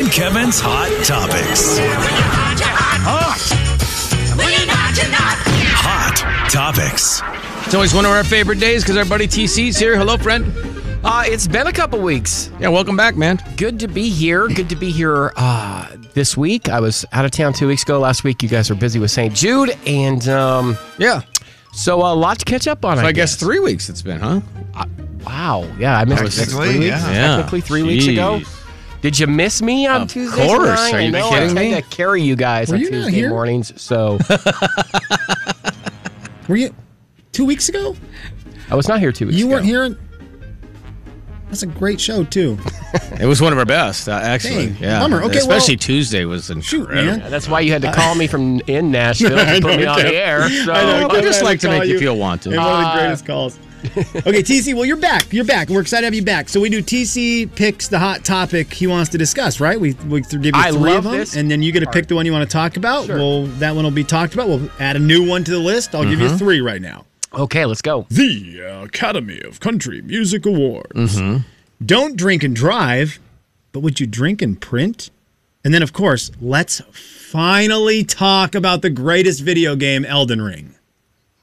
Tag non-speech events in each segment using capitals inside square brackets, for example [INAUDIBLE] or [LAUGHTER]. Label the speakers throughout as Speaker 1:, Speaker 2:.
Speaker 1: and Kevin's Hot Topics. Hot Topics.
Speaker 2: It's always one of our favorite days because our buddy TC's here. Hello, friend.
Speaker 3: Uh, it's been a couple weeks.
Speaker 2: Yeah, welcome back, man.
Speaker 3: Good to be here. Good to be here uh, this week. I was out of town two weeks ago. Last week, you guys were busy with St. Jude, and um,
Speaker 2: Yeah.
Speaker 3: so a lot to catch up on.
Speaker 2: So I guess three weeks it's been, huh?
Speaker 3: Wow. Yeah, I missed it.
Speaker 4: Technically,
Speaker 3: three weeks.
Speaker 4: yeah.
Speaker 2: Yeah.
Speaker 3: Technically, three weeks ago.
Speaker 2: Jeez.
Speaker 3: Did you miss me on Tuesday?
Speaker 2: course.
Speaker 3: Night?
Speaker 2: Are
Speaker 3: I
Speaker 2: you
Speaker 3: know,
Speaker 2: kidding
Speaker 3: I
Speaker 2: me?
Speaker 3: tend to carry you guys on
Speaker 5: you not
Speaker 3: Tuesday
Speaker 5: here?
Speaker 3: mornings, so
Speaker 5: Were you two weeks ago?
Speaker 3: I was not here
Speaker 5: [LAUGHS]
Speaker 3: two weeks
Speaker 5: You
Speaker 3: ago.
Speaker 5: weren't here. That's a great show too.
Speaker 2: It was one of our best, uh, actually.
Speaker 5: Dang,
Speaker 2: yeah.
Speaker 5: bummer. Okay,
Speaker 2: Especially
Speaker 5: well-
Speaker 2: Tuesday was
Speaker 5: Shoot,
Speaker 2: incredible.
Speaker 5: man.
Speaker 3: That's why you had to call me
Speaker 5: [LAUGHS]
Speaker 3: from in Nashville to put me on the air. So
Speaker 2: I
Speaker 5: Kevin,
Speaker 2: just
Speaker 5: I
Speaker 2: like to
Speaker 5: saw
Speaker 2: make you feel wanted.
Speaker 5: It was
Speaker 3: Uh,
Speaker 5: one of the greatest calls. okay, TC. Well, you're back. You're back. We're excited to have you back. So we do TC picks the hot topic he wants to discuss. Right? We we th- give you
Speaker 3: I
Speaker 5: three
Speaker 3: love
Speaker 5: of them,
Speaker 3: this
Speaker 5: and then you get to pick the one you want to talk about. Well, that one will be talked about. We'll add a new one to the list. I'll give you three right now.
Speaker 3: okay, let's go.
Speaker 5: The Academy of Country Music Awards.
Speaker 3: Mm-hmm.
Speaker 5: Don't drink and drive, but would you drink and print? And then, of course, let's finally talk about the greatest video game, Elden Ring.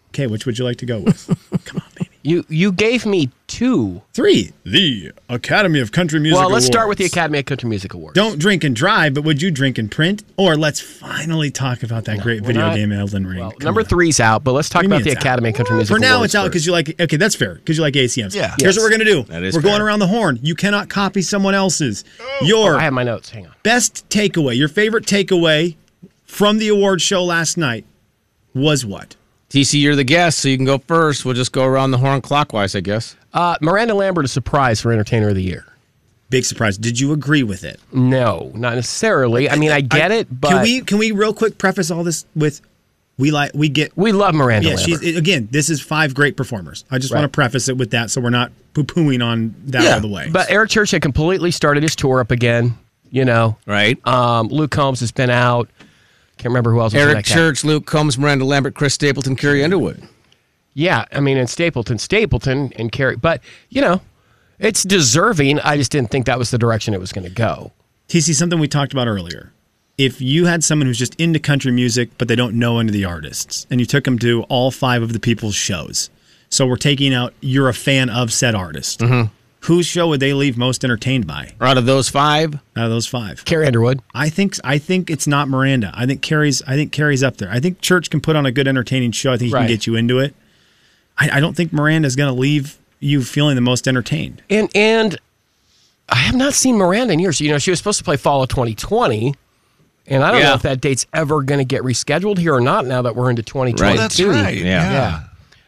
Speaker 5: Okay, which would you like to go with?
Speaker 3: [LAUGHS] You you gave me two.
Speaker 5: Three. The Academy of Country Music
Speaker 3: well, let's start with the
Speaker 5: Awards.
Speaker 3: Academy of Country Music Awards.
Speaker 5: Don't drink and drive, but would you drink and print? Or let's finally talk about that great
Speaker 3: we're
Speaker 5: video
Speaker 3: not-
Speaker 5: game, Elden Ring.
Speaker 3: Well,
Speaker 5: Come
Speaker 3: number
Speaker 5: on.
Speaker 3: three's out, but let's talk
Speaker 5: What do you
Speaker 3: about the
Speaker 5: mean it's out?
Speaker 3: Academy of Country Music
Speaker 5: For now,
Speaker 3: Awards
Speaker 5: it's out
Speaker 3: first.
Speaker 5: because you like. Okay, that's fair because you like ACMs.
Speaker 4: Yeah.
Speaker 5: Here's
Speaker 3: Yes.
Speaker 5: what we're gonna do.
Speaker 2: That is
Speaker 5: we're going
Speaker 2: fair.
Speaker 5: around the horn. You cannot copy someone else's. Your
Speaker 3: Oh, I have my notes. Hang on.
Speaker 5: best takeaway, your favorite takeaway from the award show last night was what?
Speaker 2: TC, you're the guest, so you can go first. We'll just go around the horn clockwise, I guess.
Speaker 3: Uh, Miranda Lambert is surprise for Entertainer of the Year.
Speaker 5: Big surprise. Did you agree with it?
Speaker 3: No, not necessarily. I mean, I get it, but
Speaker 5: can we can we real quick preface all this with we like we get
Speaker 3: we love Miranda
Speaker 5: yeah
Speaker 3: Lambert.
Speaker 5: she's again this is five great performers. I just want to preface it with that so we're not poo pooing on that all the way.
Speaker 3: But Eric Church had completely started his tour up again. You know,
Speaker 2: Right?
Speaker 3: um, Luke Combs has been out. Can't remember who else. was in
Speaker 2: Eric
Speaker 3: that cat-
Speaker 2: Church, Luke Combs, Miranda Lambert, Chris Stapleton, Carrie Underwood.
Speaker 3: Yeah, I mean, and Stapleton, Stapleton, and Carrie. But you know, it's deserving. I just didn't think that was the direction it was going to go.
Speaker 5: TC, something we talked about earlier. If you had someone who's just into country music, but they don't know any of the artists, and you took them to all five of the people's shows, so we're taking out you're a fan of said artist,
Speaker 3: Mm-hmm.
Speaker 5: whose show would they leave most entertained by
Speaker 2: Or out of those five,
Speaker 5: out of those five?
Speaker 3: Carrie Underwood.
Speaker 5: I think I think it's not Miranda. I think Carrie's I think Carrie's up there. I think Church can put on a good entertaining show. I think he
Speaker 3: Right.
Speaker 5: can get you into it. I, I don't think Miranda's going to leave you feeling the most entertained.
Speaker 3: And and I have not seen Miranda in years. You know, she was supposed to play Fall of 2020, and I don't know
Speaker 2: Yeah.
Speaker 3: if that date's ever going to get rescheduled here or not. Now that we're into 2022.
Speaker 2: Right.
Speaker 4: That's right.
Speaker 2: Yeah.
Speaker 3: Yeah.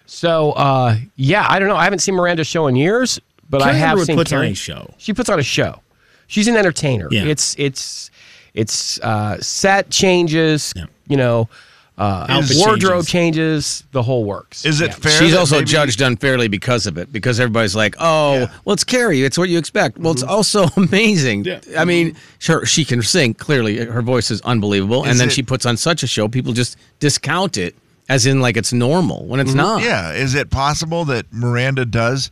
Speaker 3: So uh, yeah, I don't know. I haven't seen Miranda's show in years, but I
Speaker 5: Carrie
Speaker 3: have
Speaker 5: Underwood
Speaker 3: seen
Speaker 5: puts on
Speaker 3: Carrie-
Speaker 5: a show.
Speaker 3: She puts on a show. She's an entertainer.
Speaker 5: Yeah.
Speaker 3: It's it's it's uh, set changes.
Speaker 5: Yeah.
Speaker 3: You know, uh,
Speaker 5: Outfit
Speaker 3: wardrobe changes. the whole works.
Speaker 4: Is it fair?
Speaker 2: She's
Speaker 4: that
Speaker 2: also
Speaker 4: maybe-
Speaker 2: judged unfairly because of it, because everybody's like, "Oh, well, it's Carrie. It's what you expect." Well,
Speaker 4: Mm-hmm.
Speaker 2: it's also [LAUGHS] amazing.
Speaker 5: Yeah.
Speaker 2: I mean, sure, she can sing. Clearly, her voice is unbelievable.
Speaker 4: Is
Speaker 2: and then
Speaker 4: it-
Speaker 2: she puts on such a show, people just discount it as in like it's normal when it's not.
Speaker 4: Mm-hmm. Yeah. Is it possible that Miranda does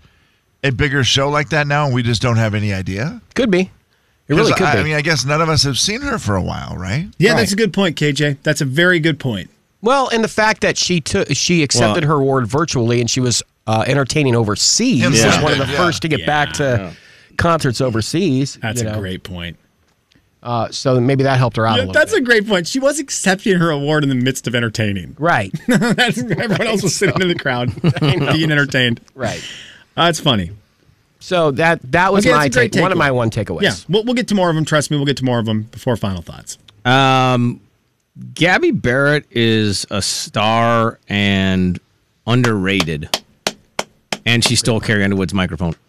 Speaker 4: a bigger show like that now, and we just don't have any idea?
Speaker 3: Could be. It really
Speaker 4: 'Cause
Speaker 3: could
Speaker 4: I,
Speaker 3: be.
Speaker 4: I mean, I guess none of us have seen her for a while, right?
Speaker 5: Yeah,
Speaker 3: Right.
Speaker 5: that's a good point, KJ. That's a very good point.
Speaker 3: well, and the fact that she took she accepted her award virtually and she was uh, entertaining overseas
Speaker 4: Yeah.
Speaker 3: was one of the
Speaker 4: Yeah.
Speaker 3: first to get back to concerts overseas.
Speaker 5: That's
Speaker 3: you
Speaker 5: a
Speaker 3: know.
Speaker 5: great point.
Speaker 3: Uh, so maybe that helped her out a
Speaker 5: Yeah,
Speaker 3: little
Speaker 5: that's
Speaker 3: bit.
Speaker 5: a great point. She was accepting her award in the midst of entertaining. [LAUGHS]
Speaker 3: right,
Speaker 5: That's, everyone else was sitting in the crowd being entertained.
Speaker 3: right.
Speaker 5: That's funny.
Speaker 3: So that that was
Speaker 5: Okay, that's
Speaker 3: my
Speaker 5: a great
Speaker 3: take, one of
Speaker 5: takeaway.
Speaker 3: my one takeaways.
Speaker 5: Yeah, we'll, we'll get to more of them. Trust me, we'll get to more of them before final thoughts.
Speaker 2: Um, Gabby Barrett is a star and underrated, and she stole Carrie Underwood's microphone. [LAUGHS]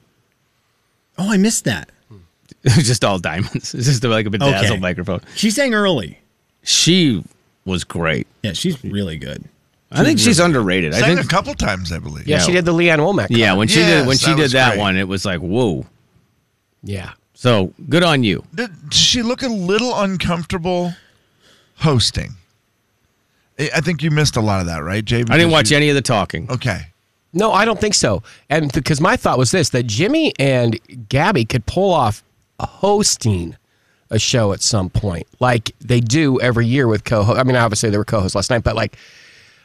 Speaker 5: Oh, I missed that.
Speaker 2: It was just all diamonds. [LAUGHS] It's just like a bedazzled
Speaker 5: Okay.
Speaker 2: microphone.
Speaker 5: She sang early.
Speaker 2: She was great.
Speaker 5: Yeah, she's really good.
Speaker 2: I think she's underrated. I
Speaker 4: Sang
Speaker 2: think
Speaker 4: a couple times, I believe.
Speaker 3: Yeah, she did the Leanne Womack.
Speaker 2: Yeah,
Speaker 3: cover.
Speaker 2: when she
Speaker 4: Yes,
Speaker 2: did when she
Speaker 4: that
Speaker 2: did
Speaker 4: was
Speaker 2: that
Speaker 4: great.
Speaker 2: one, it was like whoa.
Speaker 3: yeah.
Speaker 2: So good on you.
Speaker 4: Did she look a little uncomfortable hosting? I I think you missed a lot of that, right, Jay?
Speaker 2: I didn't
Speaker 4: Because
Speaker 2: watch
Speaker 4: you-
Speaker 2: any of the talking.
Speaker 4: Okay.
Speaker 3: No, I don't think so. And because my thought was this that Jimmy and Gabby could pull off hosting a show at some point, like they do every year with co-host. I mean, obviously they were co-hosts last night, but like,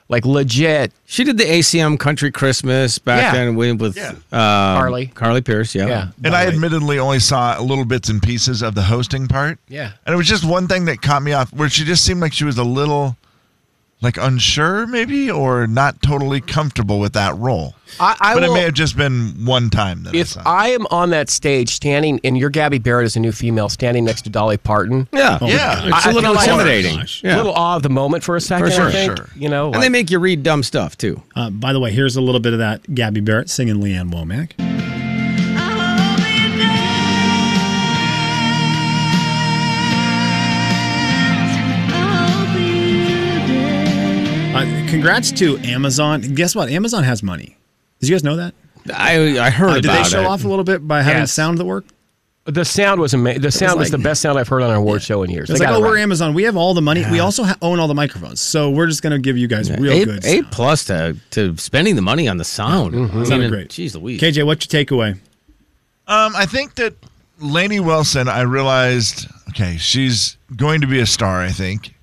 Speaker 3: like legit
Speaker 2: She did the ACM Country Christmas back
Speaker 3: Yeah.
Speaker 2: then with, with
Speaker 4: Yeah.
Speaker 2: um,
Speaker 3: Carly.
Speaker 2: Carly Pierce. Yeah.
Speaker 3: Yeah.
Speaker 4: And I admittedly only saw little bits and pieces of the hosting part.
Speaker 3: Yeah.
Speaker 4: And it was just one thing that caught me off where she just seemed like she was a little like unsure maybe or not totally comfortable with that role.
Speaker 3: I, I
Speaker 4: but
Speaker 3: will,
Speaker 4: it may have just been one time that
Speaker 3: if
Speaker 4: I saw. it.
Speaker 3: I am on that stage standing, and you're Gabby Barrett as a new female standing next to Dolly Parton,
Speaker 2: Yeah.
Speaker 4: yeah.
Speaker 2: It's
Speaker 3: I-
Speaker 2: a
Speaker 3: I
Speaker 2: little
Speaker 3: feel like-
Speaker 2: intimidating.
Speaker 3: a
Speaker 2: yeah.
Speaker 3: little awe of the moment for a second.
Speaker 2: sure,
Speaker 3: I think.
Speaker 4: sure.
Speaker 3: You know,
Speaker 2: and they
Speaker 3: like-
Speaker 2: make you read dumb stuff too.
Speaker 5: Uh, by the way, here's a little bit of that Gabby Barrett singing Leanne Womack. Uh, congrats to Amazon. Guess what? Amazon has money. Did you guys know that?
Speaker 2: I I heard
Speaker 5: Uh, did they
Speaker 2: about
Speaker 5: show
Speaker 2: it.
Speaker 5: off a little bit by having
Speaker 3: Yes.
Speaker 5: sound that worked?
Speaker 3: the sound was amazing. The sound was,
Speaker 5: like-
Speaker 3: the best sound I've heard on an award show in years.
Speaker 5: It's
Speaker 3: They
Speaker 5: like,
Speaker 3: got
Speaker 5: oh,
Speaker 3: it
Speaker 5: we're
Speaker 3: right.
Speaker 5: Amazon. We have all the money. We also ha- own all the microphones. So we're just going to give you guys real
Speaker 2: a,
Speaker 5: good
Speaker 2: a
Speaker 5: sound.
Speaker 2: plus to to spending the money on the sound. I
Speaker 5: Sounded
Speaker 2: mean,
Speaker 5: great.
Speaker 2: Jeez Louise.
Speaker 5: KJ, what's your takeaway?
Speaker 4: Um, I think that Lainey Wilson, I realized, okay, she's going to be a star, I think,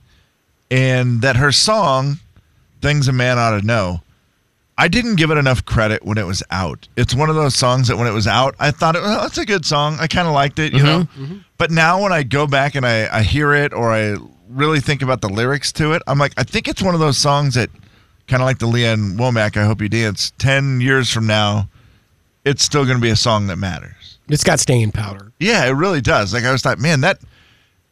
Speaker 4: and that her song, Things a Man Ought to Know, I didn't give it enough credit when it was out. It's one of those songs that when it was out, I thought, oh, that's a good song. I kind of liked it, you know? But now when I go back and I, I hear it or I really think about the lyrics to it, I'm like, I think it's one of those songs that, kind of like the Leanne Womack, I Hope You Dance, 10 years from now, it's still going to be a song that matters.
Speaker 3: It's got staying powder.
Speaker 4: Yeah, it really does. Like I was like, man, that,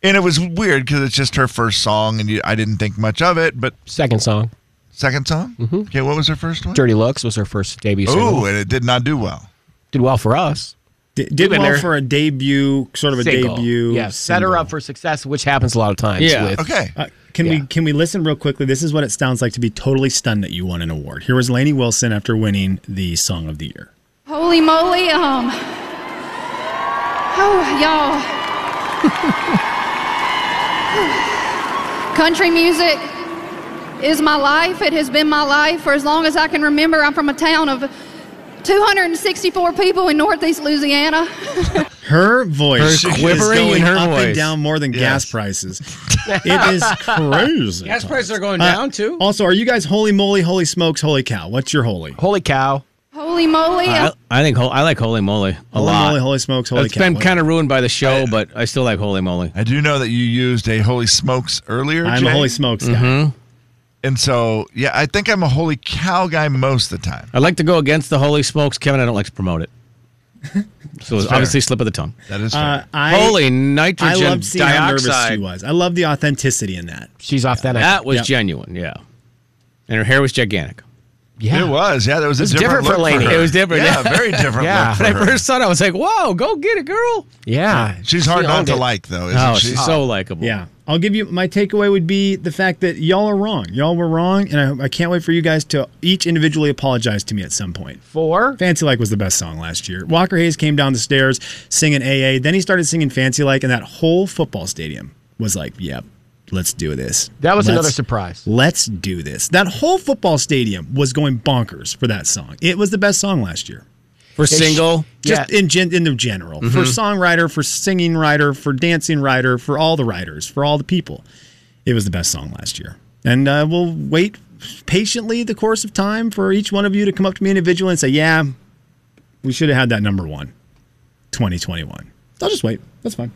Speaker 4: and it was weird because it's just her first song, and you, I didn't think much of it. But
Speaker 3: Second song,
Speaker 4: second song, okay, what was her first one?
Speaker 3: "Dirty Looks" was her first debut
Speaker 4: Oh,
Speaker 3: single.
Speaker 4: and it did not do well.
Speaker 3: Did well for us.
Speaker 5: D- did
Speaker 3: been
Speaker 5: well
Speaker 3: there.
Speaker 5: for a debut, sort of a
Speaker 3: Single.
Speaker 5: debut.
Speaker 3: Yeah, set her
Speaker 5: single.
Speaker 3: up for success, which happens a lot of times.
Speaker 2: Yeah.
Speaker 3: with-
Speaker 4: Okay,
Speaker 5: Uh, can
Speaker 3: Yeah.
Speaker 5: we can we listen real quickly? This is what it sounds like to be totally stunned that you won an award. Here was Lainey Wilson after winning the Song of the Year.
Speaker 6: Holy moly, um. Oh, y'all. Country music is my life. It has been my life for as long as I can remember. I'm from a town of 264 people in northeast Louisiana.
Speaker 5: Her voice
Speaker 2: Her
Speaker 5: is
Speaker 2: quivering
Speaker 5: going
Speaker 2: in her
Speaker 5: up
Speaker 2: voice.
Speaker 5: and down more than
Speaker 2: [LAUGHS]
Speaker 5: gas prices. it is crazy.
Speaker 2: Gas prices are going
Speaker 5: Uh,
Speaker 2: down too.
Speaker 5: Also, are you guys holy moly, holy smokes, holy cow? What's your holy?
Speaker 3: Holy cow!
Speaker 6: Holy moly. uh,
Speaker 2: I, I think hol- I like Holy Moly a
Speaker 5: Holy
Speaker 2: lot.
Speaker 5: moly, holy smokes, holy
Speaker 2: it's
Speaker 5: cow.
Speaker 2: been kind of ruined by the show, but I still like Holy Moly.
Speaker 4: I do know that you used a holy smokes earlier.
Speaker 5: I'm
Speaker 4: Jay,
Speaker 5: a holy smokes guy.
Speaker 2: Mm-hmm.
Speaker 4: and so yeah, I think I'm a holy cow guy most of the time.
Speaker 2: I like to go against the Holy Smokes, Kevin. I don't like to promote it. So it's
Speaker 4: fair.
Speaker 2: obviously slip of the tongue.
Speaker 4: That is
Speaker 5: Uh,
Speaker 4: fair.
Speaker 5: I,
Speaker 2: Holy
Speaker 5: I
Speaker 2: nitrogen
Speaker 5: loved seeing how nervous she
Speaker 2: dioxide.
Speaker 5: was. I love the authenticity in that.
Speaker 3: She's authentic.
Speaker 2: That was
Speaker 5: Yep.
Speaker 2: genuine. Yeah, and her hair was gigantic.
Speaker 3: yeah.
Speaker 4: It was yeah, that was,
Speaker 3: was
Speaker 4: a different,
Speaker 3: different for
Speaker 4: look
Speaker 3: Lainey.
Speaker 4: her.
Speaker 2: It was different,
Speaker 4: Yeah,
Speaker 2: yeah.
Speaker 4: very different.
Speaker 3: Yeah.
Speaker 4: look for
Speaker 2: When I
Speaker 4: her.
Speaker 2: first saw it, I was like, "Wow, go get it, girl!"
Speaker 3: Yeah,
Speaker 4: She's
Speaker 3: She
Speaker 4: hard not
Speaker 3: owned
Speaker 4: to
Speaker 3: it.
Speaker 4: like though, isn't
Speaker 2: Oh,
Speaker 4: she?
Speaker 2: she's so likable.
Speaker 5: Yeah. I'll give you my takeaway would be the fact that y'all are wrong. Y'all were wrong, and I, I can't wait for you guys to each individually apologize to me at some point.
Speaker 3: Four.
Speaker 5: Fancy Like was the best song last year. Walker Hayes came down the stairs singing AA. Then he started singing Fancy Like, and that whole football stadium was like, yep, let's do this.
Speaker 3: That was
Speaker 5: Let's-
Speaker 3: another surprise.
Speaker 5: Let's do this. That whole football stadium was going bonkers for that song. It was the best song last year.
Speaker 2: for single.
Speaker 5: Just
Speaker 3: Yeah.
Speaker 5: in, gen- in the general,
Speaker 2: Mm-hmm.
Speaker 5: for songwriter, for singing writer, for dancing writer, for all the writers, for all the people. It was the best song last year. And uh, we'll wait patiently the course of time for each one of you to come up to me individually and say, yeah, we should have had that number one, 2021. I'll just wait. That's fine.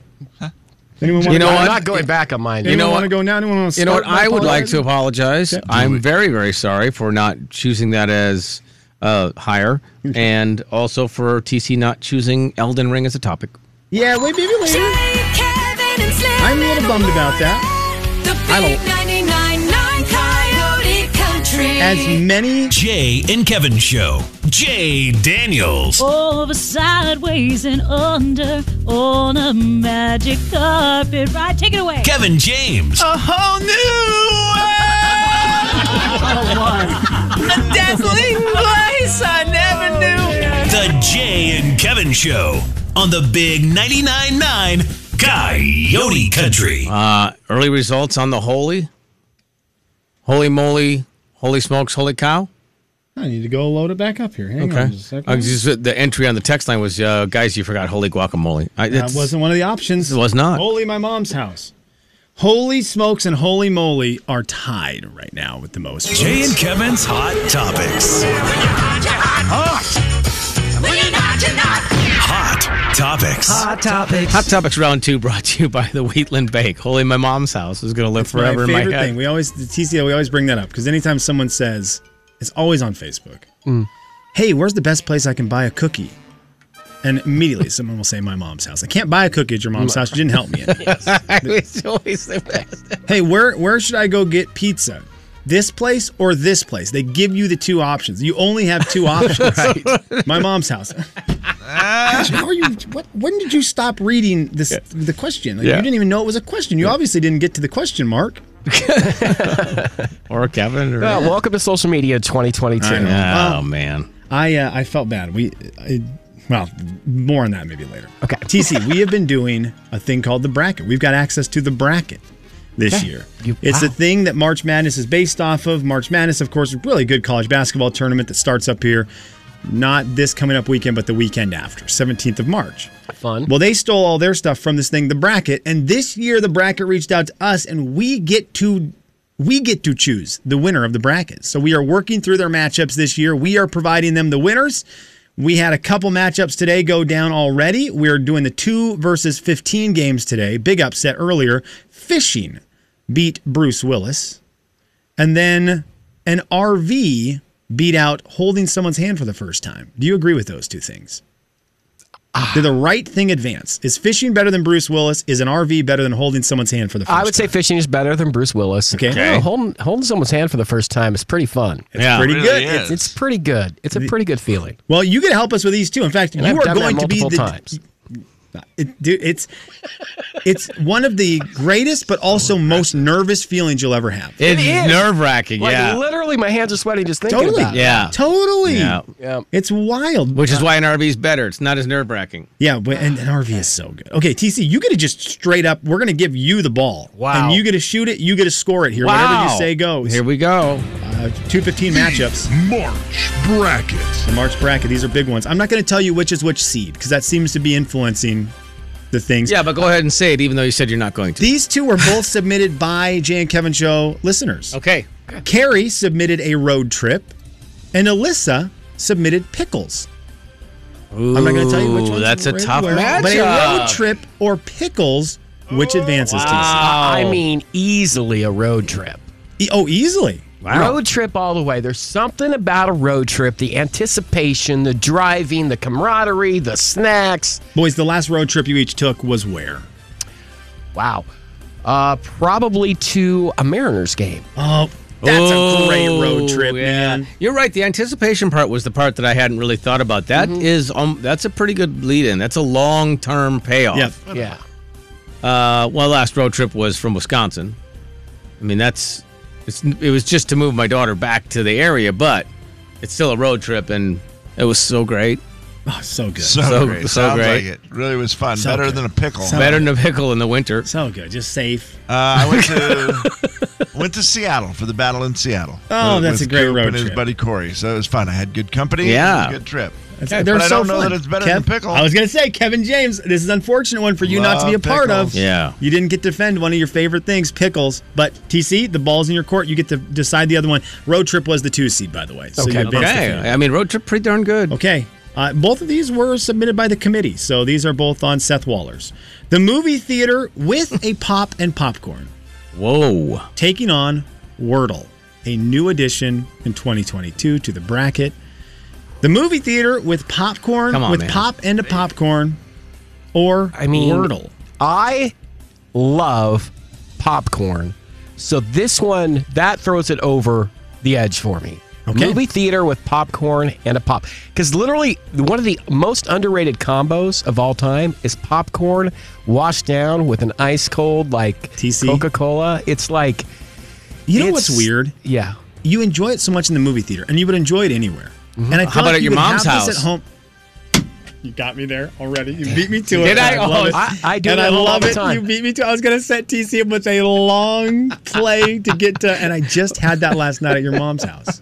Speaker 5: Anyone want
Speaker 2: You know
Speaker 5: to
Speaker 2: what?
Speaker 3: I'm not going back on mine.
Speaker 5: Anyone
Speaker 2: know
Speaker 5: want to
Speaker 2: what?
Speaker 5: go now? Anyone want to
Speaker 2: You know what? I would like to apologize. I'm very, very sorry for not choosing that as uh, higher, and also for TC not choosing Elden Ring as a topic.
Speaker 5: Yeah, wait, maybe later.
Speaker 7: I'm a little bummed about that. I don't.
Speaker 5: As many
Speaker 1: Jay and Kevin Show. Jay Daniels.
Speaker 8: Over, sideways, and under on a magic carpet ride. Take it away.
Speaker 1: Kevin James. A whole new world. dazzling place I never knew. The Jay and Kevin Show on the Big 99.9 9 Coyote Country.
Speaker 2: Early results on the holy, holy moly, holy smokes, holy cow.
Speaker 5: I need to go load it back up here. Hang on
Speaker 2: Okay.
Speaker 5: just a second.
Speaker 2: Uh, just the entry on the text line was, uh, "Guys, you forgot holy guacamole." I,
Speaker 5: That
Speaker 2: it's-
Speaker 5: wasn't one of the options.
Speaker 2: It was not.
Speaker 5: Holy my mom's house. Holy smokes and holy moly are tied right now with the most.
Speaker 1: Jay and Kevin's Hot Topics. Hot Topics.
Speaker 9: topics.
Speaker 2: Hot topics round two brought to you by the Wheatland Bake. Holy my mom's house is going to live
Speaker 5: It's
Speaker 2: forever
Speaker 5: my
Speaker 2: in
Speaker 5: favorite
Speaker 2: my head.
Speaker 5: thing. We always the TCL. We always bring that up because anytime someone says, it's always on Facebook.
Speaker 2: Mm.
Speaker 5: Hey, where's the best place I can buy a cookie? And immediately someone will say, my mom's house. I can't buy a cookie at your mom's house. You didn't help me. Any.
Speaker 2: [LAUGHS] it's always the best.
Speaker 5: hey, where where should I go get pizza? This place or this place? They give you the two options. You only have two options. My mom's house. Actually, How are you? What? When did you stop reading this? The question. Like,
Speaker 2: Yeah.
Speaker 5: You didn't even know it was a question. You obviously didn't get to the question mark.
Speaker 2: Or Kevin. Or,
Speaker 3: Well, welcome to social media 2022.
Speaker 5: I know.
Speaker 2: oh, man.
Speaker 5: I uh, I felt bad. We, I, well, more on that maybe later. [LAUGHS]
Speaker 3: Okay.
Speaker 5: TC, we have been doing a thing called the bracket. We've got access to the bracket this year.
Speaker 3: You-
Speaker 5: it's a
Speaker 3: wow.
Speaker 5: thing that March Madness is based off of. March Madness, of course, a really good college basketball tournament that starts up here, not this coming up weekend, but the weekend after, 17th of March.
Speaker 3: Fun.
Speaker 5: Well, they stole all their stuff from this thing, the bracket, and this year the bracket reached out to us, and we get to we get to choose the winner of the bracket. So we are working through their matchups this year. We are providing them the winners. We had a couple matchups today go down already. We're doing the two versus 15 games today. Big upset earlier. Fishing beat Bruce Willis. And then an RV beat out holding someone's hand for the first time. Do you agree with those two things?
Speaker 3: Ah.
Speaker 5: Did the right thing advance? Is fishing better than Bruce Willis? Is an RV better than holding someone's hand for the first time?
Speaker 3: I would say fishing is better than Bruce Willis.
Speaker 5: Okay.
Speaker 3: You know, holding, holding someone's hand for the first time is pretty fun. It's,
Speaker 2: yeah.
Speaker 5: pretty
Speaker 4: Really
Speaker 5: good.
Speaker 4: is.
Speaker 3: it's pretty good. It's a pretty good feeling.
Speaker 5: Well, you can help us with these too. In fact,
Speaker 3: And
Speaker 5: you
Speaker 3: I've
Speaker 5: are
Speaker 3: done
Speaker 5: going
Speaker 3: that
Speaker 5: to be
Speaker 3: multiple
Speaker 5: the
Speaker 3: times.
Speaker 5: [LAUGHS] It, dude, it's it's one of the greatest but also most nervous feelings you'll ever have.
Speaker 2: It's
Speaker 3: is.
Speaker 2: nerve wracking.
Speaker 3: Like
Speaker 2: yeah.
Speaker 3: literally, my hands are sweating just thinking
Speaker 5: totally.
Speaker 3: about it.
Speaker 2: Yeah.
Speaker 5: Totally.
Speaker 2: Yeah.
Speaker 3: Yeah.
Speaker 5: It's wild.
Speaker 2: Which is why an RV is better. It's not as nerve wracking.
Speaker 5: Yeah, but and
Speaker 4: Ah,
Speaker 5: an RV is so good. Okay, TC, you get to just straight up. We're gonna give you the ball.
Speaker 3: Wow.
Speaker 5: And you get to shoot it. You get to score it here. Whatever you say goes.
Speaker 2: Here we go.
Speaker 5: uh, two fifteen matchups.
Speaker 4: March bracket.
Speaker 5: The March bracket. These are big ones. I'm not going to tell you which is which seed because that seems to be influencing the things.
Speaker 2: Yeah, but go ahead and say it, even though you said you're not going to.
Speaker 5: These two were both [LAUGHS] submitted by Jay and Kevin Show listeners.
Speaker 2: Okay.
Speaker 5: Carrie submitted a road trip, and Alyssa submitted pickles. I'm not going to tell you which
Speaker 2: Ooh,
Speaker 5: one's
Speaker 2: That's a
Speaker 5: where-
Speaker 2: tough
Speaker 5: where-
Speaker 2: match.
Speaker 5: But a road trip or pickles, which advances TC?
Speaker 3: I mean, easily a road trip.
Speaker 5: E- Oh, easily.
Speaker 3: Road trip all the way. There's something about a road trip the anticipation, the driving, the camaraderie, the snacks.
Speaker 5: Boys, the last road trip you each took was where?
Speaker 3: Wow. Uh, probably to a Mariners game.
Speaker 5: Oh, that's a great
Speaker 2: Oh,
Speaker 5: road trip,
Speaker 2: yeah.
Speaker 5: man.
Speaker 2: You're right. The anticipation part was the part that I hadn't really thought about. That is, um, that's a pretty good lead in. That's a long term
Speaker 4: Oh,
Speaker 2: payoff.
Speaker 5: Yep.
Speaker 3: Yeah.
Speaker 2: Uh, my last road trip was from Wisconsin. I mean, that's it's, it was just to move my daughter back to the area, but it's still a road trip, and it was so great.
Speaker 5: Oh, so good.
Speaker 4: So,
Speaker 2: So-
Speaker 4: great.
Speaker 2: so
Speaker 4: Sounds
Speaker 2: great.
Speaker 4: like it. Really was fun.
Speaker 5: So
Speaker 4: Better
Speaker 5: good.
Speaker 4: than a pickle.
Speaker 5: So-
Speaker 2: Better than a pickle in the winter.
Speaker 5: so good. Just safe.
Speaker 4: Uh, I went
Speaker 5: [LAUGHS]
Speaker 4: to went to Seattle for the battle in Seattle.
Speaker 5: Oh,
Speaker 4: with-
Speaker 5: that's
Speaker 4: with
Speaker 5: a great
Speaker 4: Coop
Speaker 5: road
Speaker 4: and his
Speaker 5: trip.
Speaker 4: buddy Corey. So it was fun. I had good company.
Speaker 2: Yeah.
Speaker 4: It was a good trip.
Speaker 5: That's-
Speaker 4: but I don't know that it's better than pickle.
Speaker 5: I was going to say, Kevin James, this is an unfortunate one for you not to be a
Speaker 4: Love
Speaker 5: part of.
Speaker 4: pickles.
Speaker 2: Yeah.
Speaker 5: You didn't get to defend one of your favorite things, pickles. But TC, the ball's in your court. You get to decide the other one. Road trip was the two seed, by the way. So
Speaker 3: Okay.
Speaker 5: you advanced the
Speaker 2: Okay.
Speaker 5: field.
Speaker 2: I mean, road trip pretty darn good.
Speaker 5: Okay. Uh, both of these were submitted by the committee, so these are both on Seth Waller's. The movie theater with a pop and popcorn
Speaker 2: Whoa.
Speaker 5: taking on Wordle, a new addition in 2022 to the bracket. The movie theater with popcorn,
Speaker 2: Come on,
Speaker 5: with
Speaker 2: man.
Speaker 5: pop and a popcorn, or
Speaker 3: I mean,
Speaker 5: Wordle.
Speaker 3: I love popcorn. So this one, that throws it over the edge for me.
Speaker 5: Okay.
Speaker 3: Movie theater with popcorn and a pop. Because literally, one of the most underrated combos of all time is popcorn washed down with an ice cold, like
Speaker 5: TC.
Speaker 3: Coca Cola. It's like,
Speaker 5: You know
Speaker 3: it's-
Speaker 5: what's weird?
Speaker 3: Yeah.
Speaker 5: You enjoy it so much in the movie theater, and you would enjoy it anywhere. And I feel
Speaker 2: Mm-hmm. about
Speaker 5: like
Speaker 2: at
Speaker 5: you
Speaker 2: your
Speaker 5: could
Speaker 2: mom's
Speaker 5: have this
Speaker 2: house?
Speaker 5: at home. You got me there already. You beat me to it.
Speaker 2: Did I?
Speaker 5: love
Speaker 2: Oh,
Speaker 5: it.
Speaker 3: I, I do
Speaker 5: and
Speaker 3: that
Speaker 5: I
Speaker 3: all
Speaker 5: love
Speaker 3: the
Speaker 5: it.
Speaker 3: time.
Speaker 5: You beat me to. I was gonna set TC up with a
Speaker 2: [LAUGHS]
Speaker 5: long play to get to, and I just had that last night at your mom's house.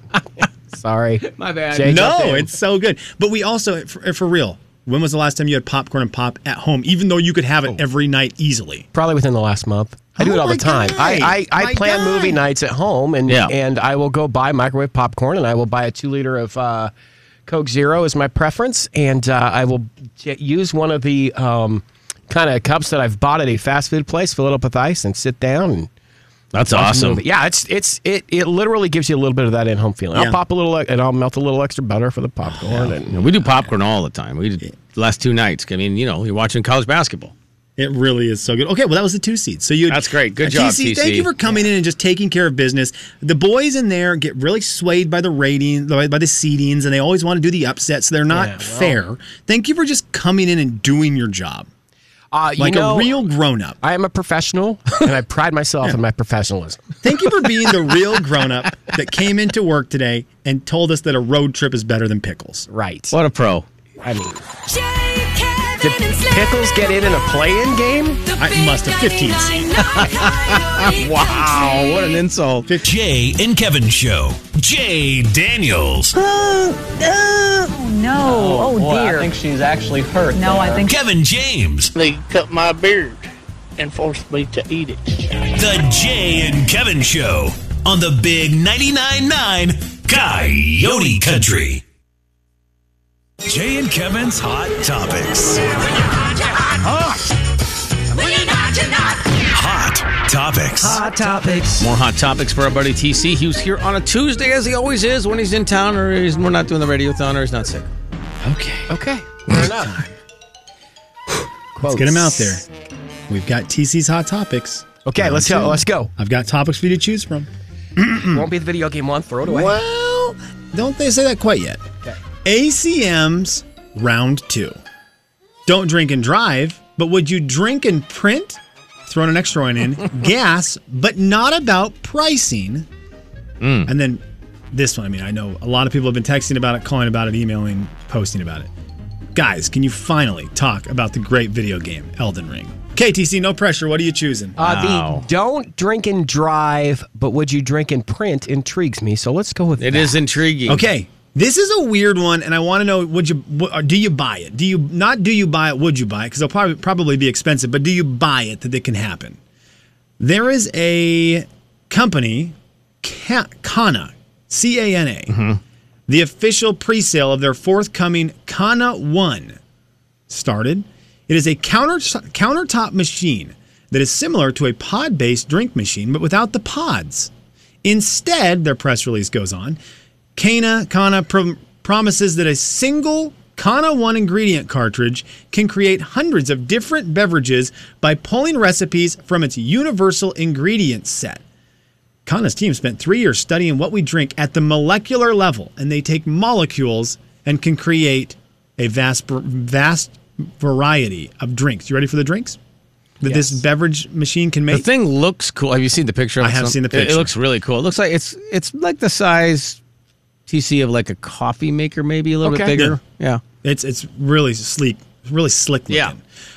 Speaker 3: Sorry.
Speaker 2: [LAUGHS] My bad.
Speaker 3: Jake, up
Speaker 5: No,
Speaker 3: in.
Speaker 5: it's so good. But we also, for, for real, when was the last time you had popcorn and pop at home, even though you could have
Speaker 2: Oh.
Speaker 5: it every night easily?
Speaker 3: probably within the last month. I do
Speaker 5: Oh
Speaker 3: it all
Speaker 5: my
Speaker 3: the time. I, I, I
Speaker 5: My
Speaker 3: plan
Speaker 5: God.
Speaker 3: movie nights at home and
Speaker 2: Yeah.
Speaker 3: and I will go buy microwave popcorn and I will buy a two liter of uh, Coke Zero is my preference and uh, I will j- use one of the um, kind of cups that I've bought at a fast food place, fill it up with ice, and sit down and
Speaker 2: That's awesome.
Speaker 3: But yeah, it's it's it it literally gives you a little bit of that at home feeling. I'll
Speaker 5: Yeah.
Speaker 3: pop a little and I'll melt a little extra butter for the popcorn and
Speaker 2: You know, we do popcorn all the time. We did the last two nights. I mean, you know, you're watching college basketball.
Speaker 5: It really is so good. Okay, well that was the two seed. So you
Speaker 2: That's great. Good job,
Speaker 5: TC.
Speaker 2: TC.
Speaker 5: Thank you for coming in and just taking care of business. The boys in there get really swayed by the rating, by by the seedings, and they always want to do the upset, so they're not
Speaker 3: Yeah, well-
Speaker 5: fair. Thank you for just coming in and doing your job
Speaker 3: uh,
Speaker 5: like
Speaker 3: you know,
Speaker 5: a real grown up.
Speaker 3: I am a
Speaker 5: [LAUGHS]
Speaker 3: professional and I pride myself in my professionalism.
Speaker 5: Thank you for being the
Speaker 3: [LAUGHS]
Speaker 5: real grown up that came into work today and told us that a road trip is better than pickles.
Speaker 3: Right.
Speaker 2: What a pro.
Speaker 3: I mean
Speaker 7: Jay,
Speaker 3: Did
Speaker 7: Kevin, and Slim.
Speaker 3: Pickles get in in a play-in game?
Speaker 7: The
Speaker 5: I
Speaker 7: big
Speaker 5: must
Speaker 7: [LAUGHS]
Speaker 5: have 15
Speaker 7: 99 Coyote
Speaker 2: Wow, what an insult.
Speaker 1: Jay and Kevin Show. Jay Daniels.
Speaker 9: No. Oh, dear. I think she's actually hurt. No, I think
Speaker 1: Kevin James.
Speaker 10: They cut my beard and forced me to eat it.
Speaker 1: The Jay and Kevin Show on the Big 99.9 9 Coyote Country. Jay and Kevin's Hot Topics. Hot Topics.
Speaker 2: More hot topics for our buddy TC. He was here on a Tuesday, as he always is, when he's in town or he's, we're not doing the radiothon or he's not sick.
Speaker 3: Okay, fair enough.
Speaker 5: Let's get them out there. We've got TC's hot topics.
Speaker 3: Okay, let's go. Let's go.
Speaker 5: I've got topics for you to choose from.
Speaker 2: Hmm.
Speaker 3: Won't be the video game one. Throw it away.
Speaker 5: Well, don't they say that quite yet?
Speaker 3: Okay.
Speaker 5: ACM's round two. Don't drink and drive, but would you drink and print? Throwing an extra one in. gas, but not about pricing. And then this one, I mean, I know a lot of people have been texting about it, calling about it, emailing, posting about it. Guys, can you finally talk about the great video game, Elden Ring? KTC, no pressure. What are you choosing?
Speaker 3: Uh,
Speaker 2: Wow.
Speaker 3: The don't drink and drive, but would you drink and print intrigues me. So let's go with
Speaker 2: It
Speaker 3: that.
Speaker 2: is intriguing.
Speaker 5: Okay. This is a weird one, and I want to know: Would you wh- or do you buy it? Do you not? Do you buy it? Would you buy it? Because it'll probably probably be expensive, but do you buy it that it can happen? There is a company, Ca- Kana, C A N A, the official pre-sale of their forthcoming Kana One started. It is a counter countertop machine that is similar to a pod-based drink machine, but without the pods. Instead, their press release goes on. Kana Kana prom- promises that a single Kana One ingredient cartridge can create hundreds of different beverages by pulling recipes from its universal ingredient set. Kana's team spent three years studying what we drink at the molecular level, and they take molecules and can create a vast, vast variety of drinks. You ready for the drinks that this beverage machine can
Speaker 2: The
Speaker 5: make?
Speaker 2: thing looks cool. Have you seen the picture? Of
Speaker 5: I
Speaker 2: it,
Speaker 5: have
Speaker 2: Slim?
Speaker 5: seen the
Speaker 2: It- It,
Speaker 5: picture.
Speaker 2: looks really cool. It looks like it's it's like the size TC of like a coffee maker, maybe a little
Speaker 3: Okay.
Speaker 2: bit bigger. Yeah.
Speaker 5: It's it's really sleek, really slick looking.
Speaker 2: Yeah.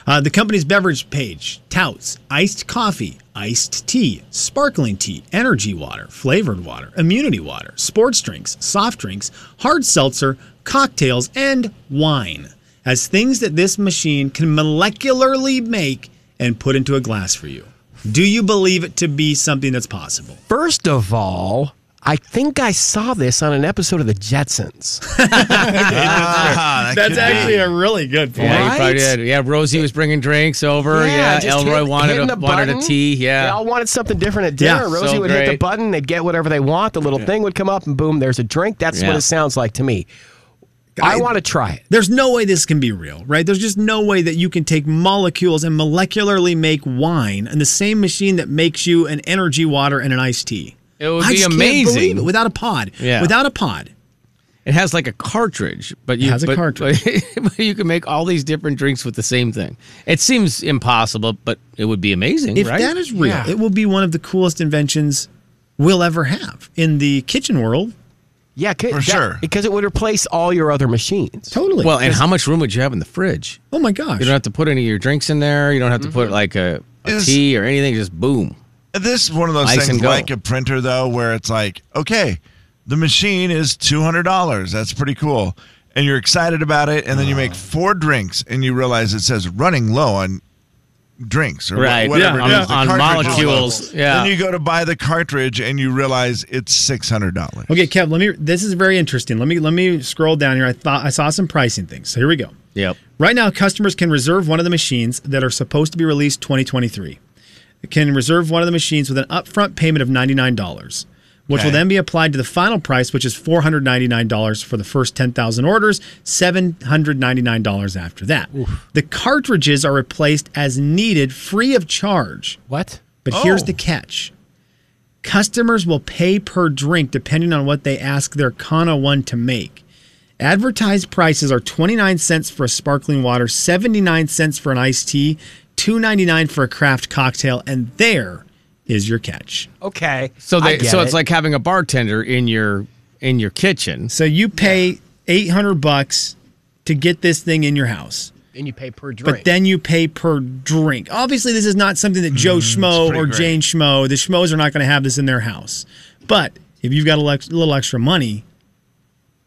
Speaker 5: Uh, the company's beverage page touts iced coffee, iced tea, sparkling tea, energy water, flavored water, immunity water, sports drinks, soft drinks, hard seltzer, cocktails, and wine as things that this machine can molecularly make and put into a glass for you. Do you believe it to be something that's possible?
Speaker 3: First of all, I think I saw this on an episode of The Jetsons.
Speaker 5: that's actually a really good point.
Speaker 2: Yeah, you
Speaker 3: Right?
Speaker 2: probably did. Yeah, Rosie was bringing drinks over. Yeah,
Speaker 3: just
Speaker 2: Elroy
Speaker 3: hit-
Speaker 2: wanted
Speaker 3: hitting
Speaker 2: a,
Speaker 3: the
Speaker 2: wanted a
Speaker 3: button.
Speaker 2: tea.
Speaker 3: They
Speaker 2: Yeah,
Speaker 3: all wanted something different at
Speaker 5: Yeah,
Speaker 3: dinner. Rosie
Speaker 2: so
Speaker 3: would hit the
Speaker 2: great.
Speaker 3: button. They'd get whatever they want. The little thing would come up and boom, there's a drink. That's what
Speaker 2: Yeah.
Speaker 3: it sounds like to me. I want to try it.
Speaker 5: There's no way this can be real, right? There's just no way that you can take molecules and molecularly make wine in the same machine that makes you an energy water and an iced tea.
Speaker 2: It would
Speaker 5: I
Speaker 2: be
Speaker 5: just Can't
Speaker 2: amazing.
Speaker 5: believe it without a pod.
Speaker 2: Yeah.
Speaker 5: Without a pod.
Speaker 2: it has like a cartridge, but you
Speaker 5: has a
Speaker 2: but-
Speaker 5: cartridge.
Speaker 2: [LAUGHS] but, you can make all these different drinks with the same thing. It seems impossible, but it would be amazing,
Speaker 5: If
Speaker 2: right?
Speaker 5: that is real,
Speaker 3: Yeah.
Speaker 5: it will be one of the coolest inventions we'll ever have in the kitchen world.
Speaker 3: Yeah,
Speaker 4: For sure.
Speaker 3: Because it would replace all your other machines.
Speaker 5: Totally.
Speaker 2: well, and how much room would you have in the fridge?
Speaker 5: oh my gosh.
Speaker 2: You don't have to put any of your drinks in there. You don't have to put
Speaker 3: Mm-hmm.
Speaker 2: like a, a
Speaker 4: Is-
Speaker 2: tea or anything. Just boom.
Speaker 4: This is one of those
Speaker 2: Ice and
Speaker 4: things
Speaker 2: go.
Speaker 4: like a printer though, where it's like, okay, The machine is $200. That's pretty cool. And you're excited about it. And then you
Speaker 5: Ah.
Speaker 4: make four drinks and you realize it says running low on drinks or wha-
Speaker 2: Right.
Speaker 4: whatever.
Speaker 2: Yeah.
Speaker 4: it
Speaker 2: On-
Speaker 4: is, the
Speaker 2: on
Speaker 4: cartridge is low.
Speaker 2: molecules. Yeah.
Speaker 4: Then you go to buy the cartridge and you realize it's $600.
Speaker 5: Okay, Kev, let me this is very interesting. Let me let me scroll down here. I thought I saw some pricing things. So here we go.
Speaker 2: Yep.
Speaker 5: Right now, customers can reserve one of the machines that are supposed to be released 2023. They Can reserve one of the machines with an upfront payment of $99, which will
Speaker 4: Okay.
Speaker 5: then be applied to the final price, which is $499 for the first 10,000 orders, $799 after that. The cartridges are replaced as needed free of charge.
Speaker 3: What?
Speaker 5: But here's
Speaker 4: Oh.
Speaker 5: the catch. Customers will pay per drink depending on what they ask their Kana one to make. Advertised prices are 29 cents for a sparkling water, 79 cents for an iced tea, 2.99 for a craft cocktail, and there is your catch.
Speaker 3: Okay.
Speaker 2: So
Speaker 3: I
Speaker 2: they,
Speaker 3: get
Speaker 2: so
Speaker 3: it.
Speaker 2: it's like having a bartender in your in your kitchen.
Speaker 5: So you pay 800 bucks to get this thing in your house.
Speaker 3: and you pay per drink.
Speaker 5: But then you pay per drink. Obviously, this is not something that Joe Schmo
Speaker 4: pretty
Speaker 5: or
Speaker 4: great.
Speaker 5: Jane Schmo, the Schmoes are not going to have this in their house. But if you've got a lex- little extra money,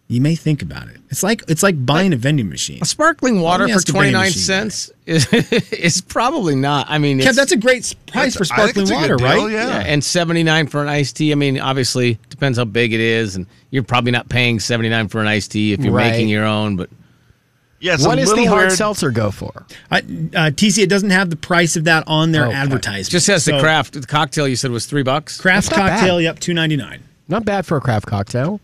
Speaker 5: you may think about it. It's like it's like buying a vending machine.
Speaker 2: A sparkling water
Speaker 5: me
Speaker 2: for
Speaker 5: ask the vending
Speaker 2: 29
Speaker 5: machine
Speaker 2: cents is, [LAUGHS] is probably not. I mean,
Speaker 5: Kev,
Speaker 2: it's-
Speaker 5: that's a great s- price for
Speaker 4: That's- I think
Speaker 5: sparkling
Speaker 4: it's a
Speaker 5: water,
Speaker 4: good
Speaker 5: right?
Speaker 4: deal, yeah.
Speaker 2: Yeah, and 79 for an iced tea. I mean, obviously, depends how big it is, and you're probably not paying 79 for an iced tea if you're
Speaker 3: Right.
Speaker 2: making your own. But
Speaker 4: Yeah, it's
Speaker 3: what
Speaker 4: a
Speaker 3: does the
Speaker 4: little
Speaker 3: hard
Speaker 4: weird.
Speaker 3: seltzer go for?
Speaker 5: I, uh, TC, it doesn't have the price of that on their
Speaker 3: Okay.
Speaker 5: advertisement.
Speaker 2: just has the
Speaker 5: So,
Speaker 2: craft the cocktail. You said was three bucks.
Speaker 5: craft
Speaker 3: That's not bad.
Speaker 5: cocktail. Yep, two ninety nine.
Speaker 3: Not bad for a craft cocktail.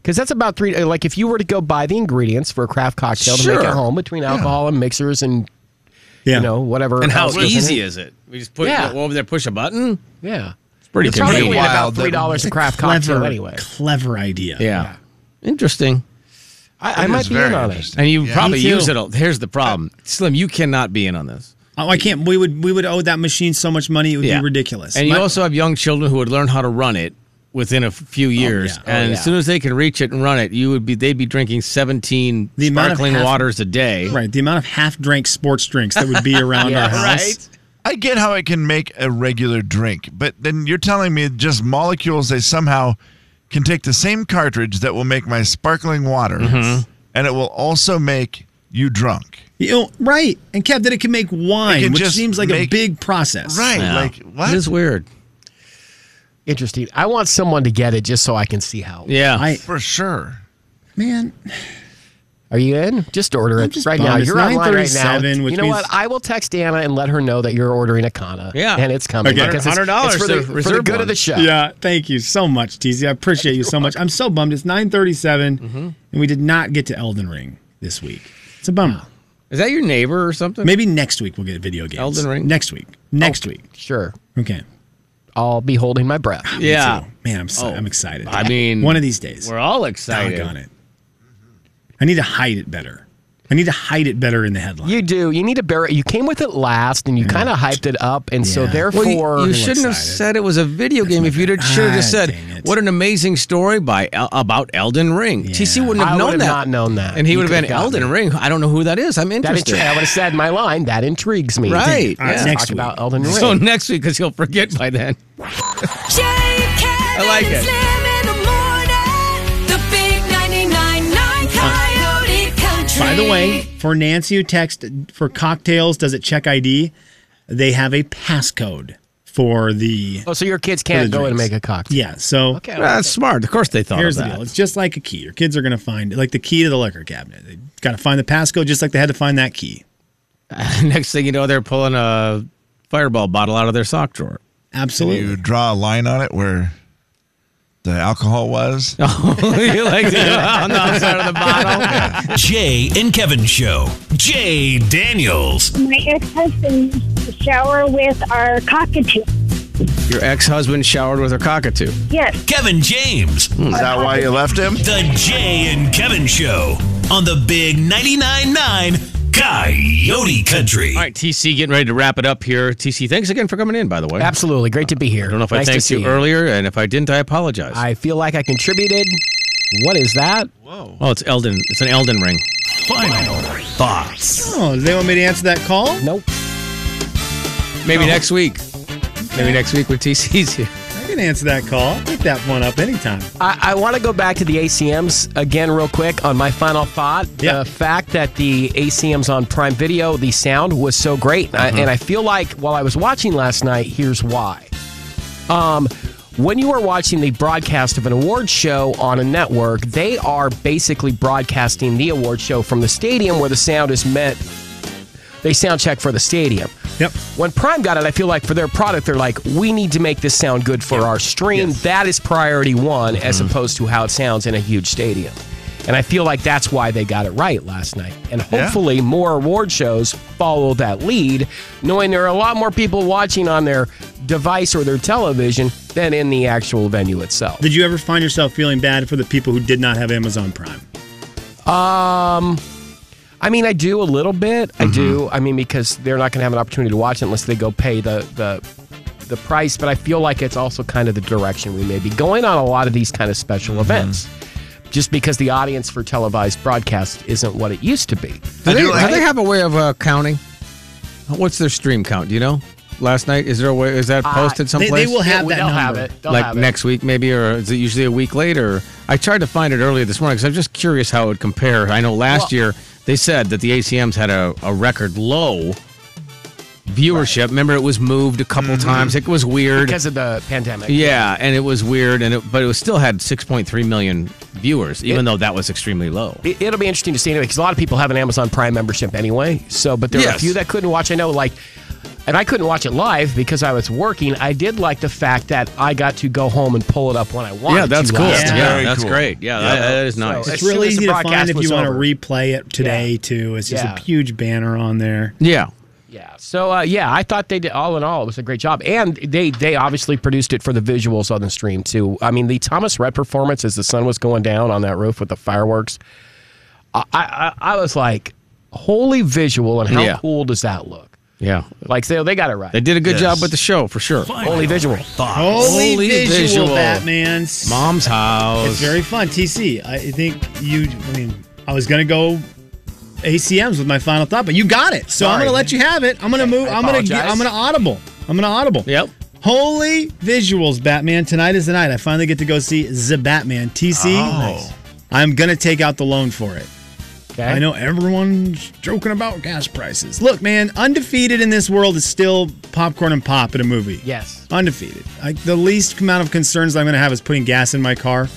Speaker 3: Because that's about three. uh, Like if you were to go buy the ingredients for a craft cocktail to make
Speaker 2: Sure.
Speaker 3: at home between alcohol and mixers and
Speaker 5: Yeah.
Speaker 3: you know whatever.
Speaker 2: And how
Speaker 3: else goes in
Speaker 2: easy
Speaker 3: it.
Speaker 2: is it? We just put
Speaker 3: Yeah.
Speaker 2: go over there, push a button.
Speaker 3: Yeah.
Speaker 2: It's pretty
Speaker 3: It's probably
Speaker 2: convenient.
Speaker 3: about
Speaker 4: wild that-
Speaker 3: three dollars a craft cocktail
Speaker 5: Clever,
Speaker 3: anyway.
Speaker 5: clever idea.
Speaker 2: Yeah. Interesting.
Speaker 3: I, I
Speaker 4: It
Speaker 3: might
Speaker 4: is
Speaker 3: be
Speaker 4: very
Speaker 3: in on it.
Speaker 4: interesting.
Speaker 2: And you
Speaker 4: Yeah.
Speaker 2: probably
Speaker 5: Me too.
Speaker 2: use it. All. Here's the problem, Slim. You cannot be in on this.
Speaker 5: Oh, I can't. We would we would owe that machine so much money. It would
Speaker 2: Yeah.
Speaker 5: be ridiculous.
Speaker 2: And you
Speaker 5: My-
Speaker 2: also have young children who would learn how to run it within a f- few years.
Speaker 5: yeah. Oh,
Speaker 2: and
Speaker 3: yeah.
Speaker 2: as soon as they can reach it and run it, you would be they'd be drinking 17
Speaker 5: The amount of
Speaker 2: sparkling
Speaker 5: half-
Speaker 2: waters a day.
Speaker 5: Right. The amount of half drank sports drinks
Speaker 2: [LAUGHS]
Speaker 5: that would be around our house.
Speaker 4: I get how it can make a regular drink, but then you're telling me just molecules they somehow can take the same cartridge that will make my sparkling water
Speaker 3: Mm-hmm.
Speaker 4: and it will also make you drunk.
Speaker 5: You know, right. And Kev, that it can make wine,
Speaker 4: It can
Speaker 5: which
Speaker 4: just
Speaker 5: seems like a
Speaker 4: make-
Speaker 5: big process.
Speaker 4: Right.
Speaker 2: Yeah.
Speaker 4: Like what?
Speaker 2: It is weird.
Speaker 3: Interesting. I want someone to get it just so I can see how.
Speaker 2: Yeah.
Speaker 5: I
Speaker 4: For sure.
Speaker 5: man,
Speaker 3: Are you in? Just order it
Speaker 5: just
Speaker 3: right now.
Speaker 5: bummed. It's
Speaker 3: You're online right now.
Speaker 5: 9:37, which
Speaker 3: you know
Speaker 5: means-
Speaker 3: what? I will text Anna and let her know that you're ordering a Kana.
Speaker 2: Yeah.
Speaker 3: And it's coming.
Speaker 5: Okay.
Speaker 3: because it's-
Speaker 2: $100,
Speaker 3: it's for
Speaker 2: so
Speaker 3: the, for the
Speaker 2: reserve
Speaker 3: good
Speaker 2: one.
Speaker 3: of the show.
Speaker 5: Yeah, thank you so much, TZ. I appreciate you so much. I'm so bummed. It's 9:37,
Speaker 2: Mm-hmm.
Speaker 5: and we did not get to Elden Ring this week. It's a bummer.
Speaker 2: Is that your neighbor or something?
Speaker 5: Maybe next week we'll get video games.
Speaker 2: Elden Ring? Oh.
Speaker 5: next week. Next week.
Speaker 3: Sure.
Speaker 5: Okay.
Speaker 3: I'll be holding my breath.
Speaker 2: Yeah.
Speaker 5: So, man, I'm so,
Speaker 2: Oh,
Speaker 5: I'm excited.
Speaker 2: I mean,
Speaker 5: one of these days.
Speaker 2: We're all
Speaker 5: Dog
Speaker 2: excited.
Speaker 5: on it. I need to hide it better. I need to hide it better in the headline.
Speaker 3: You do. You need to bear it. You came with it last and you kind of hyped it up. And so
Speaker 5: Mm. Yeah.
Speaker 3: therefore,
Speaker 2: Well, you- you,
Speaker 5: Real
Speaker 2: shouldn't have
Speaker 5: excited.
Speaker 2: said it was a video game. If you would should have just
Speaker 5: Ah,
Speaker 2: said,
Speaker 5: dang it.
Speaker 2: "What an amazing story by El- about Elden Ring." TC
Speaker 5: Yeah.
Speaker 2: wouldn't have
Speaker 3: I
Speaker 2: known
Speaker 3: would've
Speaker 2: that.
Speaker 3: not known that.
Speaker 2: And he
Speaker 3: You
Speaker 2: would have
Speaker 3: could've
Speaker 2: been
Speaker 3: gotten
Speaker 2: Elden
Speaker 3: it.
Speaker 2: Ring. I don't know who that is. I'm
Speaker 3: that
Speaker 2: interested.
Speaker 3: intri- I would have said in my line, that intrigues me.
Speaker 2: Right.
Speaker 5: All right,
Speaker 2: yeah.
Speaker 5: next
Speaker 3: Talk
Speaker 5: week.
Speaker 3: about Elden Ring.
Speaker 2: So next week, because he'll forget by then.
Speaker 7: Jay, Kevin,
Speaker 2: I like it.
Speaker 7: and Slim in the morning. The big 99.9 Coyote Country.
Speaker 5: By the way, for Nancy who text for cocktails, does it check ID? They have a passcode for the
Speaker 3: Oh, so your kids can't
Speaker 5: the
Speaker 3: go and
Speaker 5: drinks.
Speaker 3: make a cocktail.
Speaker 5: yeah. So
Speaker 3: Okay.
Speaker 2: That's smart. Of course, they thought
Speaker 5: here's
Speaker 2: of
Speaker 5: the
Speaker 2: that.
Speaker 5: deal: it's just like a key. Your kids are gonna find like the key to the liquor cabinet. They gotta find the passcode just like they had to find that key.
Speaker 2: Next thing you know, they're pulling a fireball bottle out of their sock drawer. [LAUGHS]
Speaker 5: Absolutely.
Speaker 4: You draw a line on it where the
Speaker 3: [LAUGHS]
Speaker 4: alcohol was.
Speaker 3: Oh,
Speaker 2: You're like on the outside of the bottle.
Speaker 1: Jay and Kevin Show. Jay Daniels.
Speaker 11: My ex-husband used to shower with our cockatoo.
Speaker 2: Your ex-husband showered with her cockatoo.
Speaker 11: Yes,
Speaker 1: Kevin James.
Speaker 4: Is that why you left him?
Speaker 1: The Jay and Kevin Show on the Big 99.9 Coyote Country.
Speaker 2: All right, TC, getting ready to wrap it up here. TC, thanks again for coming in. By the way,
Speaker 3: Absolutely. Great to be here.
Speaker 2: I don't know if
Speaker 3: nice
Speaker 2: I
Speaker 3: to
Speaker 2: thanked
Speaker 3: see
Speaker 2: you earlier, and if I didn't, I apologize.
Speaker 3: I feel like I contributed. What is that?
Speaker 2: oh, it's Elden. It's an Elden ring.
Speaker 1: Final thoughts.
Speaker 5: Oh, do they want me to answer that call?
Speaker 3: Nope.
Speaker 2: Maybe next week. Maybe next week when TC's here.
Speaker 5: I can answer that call. Pick that one up anytime.
Speaker 3: I, I want to go back to the ACMs again, real quick, on my final thought. The fact that the ACMs on Prime Video, the sound was so great. and I- and I feel like while I was watching last night, here's why. Um, when you are watching the broadcast of an award show on a network, they are basically broadcasting the award show from the stadium where the sound is meant. They sound check for the stadium. Yep. When Prime got it, I feel like for their product, they're like, we need to make this sound good for our stream. That is priority one, as opposed to how it sounds in a huge stadium. And I feel like that's why they got it right last night. And
Speaker 12: Yeah.
Speaker 3: hopefully, more award shows follow that lead, knowing there are a lot more people watching on their device or their television than in the actual venue itself.
Speaker 5: Did you ever find yourself feeling bad for the people who did not have Amazon Prime?
Speaker 3: Um, I mean, I do a little bit. I
Speaker 2: Mm-hmm.
Speaker 3: do. I mean, because they're not going to have an opportunity to watch it unless they go pay the the the price. But I feel like it's also kind of the direction we may be going on a lot of these kind of special
Speaker 2: Mm-hmm.
Speaker 3: events. Just because the audience for televised broadcast isn't what it used to be.
Speaker 2: Do they, do they have a way of uh, counting? What's their stream count? Do you know? Last night, is there a way? Is that
Speaker 3: Uh,
Speaker 2: posted
Speaker 3: they- they
Speaker 2: someplace?
Speaker 3: will have Yeah, that they'll have number. it. They'll
Speaker 2: like
Speaker 3: have it.
Speaker 2: next week, maybe, or is it usually a week later? I tried to find it earlier this morning because I'm just curious how it would compare. I know last year they said that the ACMs had a, a record low viewership. Remember, it was moved a couple times. It was weird.
Speaker 3: Mm-hmm. because of the pandemic.
Speaker 2: yeah, and it was weird, and it, but it still had 6.3 million viewers, even
Speaker 3: It-
Speaker 2: though that was extremely low.
Speaker 3: It- It'll be interesting to see anyway because a lot of people have an Amazon Prime membership anyway. So, but there are a
Speaker 2: Yes.
Speaker 3: few that couldn't watch. I know, like, and I couldn't watch it live because I was working. I did like the fact that I got to go home and pull it up when I wanted.
Speaker 2: Yeah, that's
Speaker 3: to
Speaker 2: cool.
Speaker 3: last
Speaker 2: Yeah,
Speaker 3: night.
Speaker 2: Very that's cool. great. Yeah, that- that is nice.
Speaker 3: as
Speaker 5: It's
Speaker 3: soon
Speaker 5: really
Speaker 3: as the
Speaker 5: easy to
Speaker 3: broadcast
Speaker 5: find if
Speaker 3: was
Speaker 5: you want to
Speaker 3: over.
Speaker 5: replay it today too. It's just
Speaker 3: Yeah.
Speaker 5: a huge banner on there.
Speaker 2: Yeah.
Speaker 3: Yeah. So uh, yeah, I thought they did all in all. It was a great job, and they they obviously produced it for the visuals on the stream too. I mean, the Thomas Rhett performance as the sun was going down on that roof with the fireworks. I I, I was like, holy visual, and how
Speaker 2: Yeah.
Speaker 3: cool does that look?
Speaker 2: Yeah.
Speaker 3: Like they they got it right.
Speaker 2: They did a good job with the show, for sure.
Speaker 3: Holy visual.
Speaker 5: Holy,
Speaker 2: Holy
Speaker 5: visual,
Speaker 2: visual.
Speaker 5: Batman's.
Speaker 2: Mom's house.
Speaker 5: It's very fun. TC, I think you. I mean, I was gonna go ACMs with my final thought, but you got it. So I'm
Speaker 2: Sorry.
Speaker 5: gonna let you have it. I'm gonna move.
Speaker 2: I
Speaker 5: I'm gonna. Get,
Speaker 2: apologize.
Speaker 5: I'm gonna audible. I'm gonna audible.
Speaker 2: Yep.
Speaker 5: Holy visuals, Batman! Tonight is the night. I finally get to go see the Batman. TC,
Speaker 2: Oh.
Speaker 5: I'm gonna take out the loan for it. I know everyone's joking about gas prices. Look, man, undefeated in this world is still popcorn and pop in a movie.
Speaker 3: Yes.
Speaker 5: Undefeated. I, the least amount of concerns I'm going to have is putting gas in my car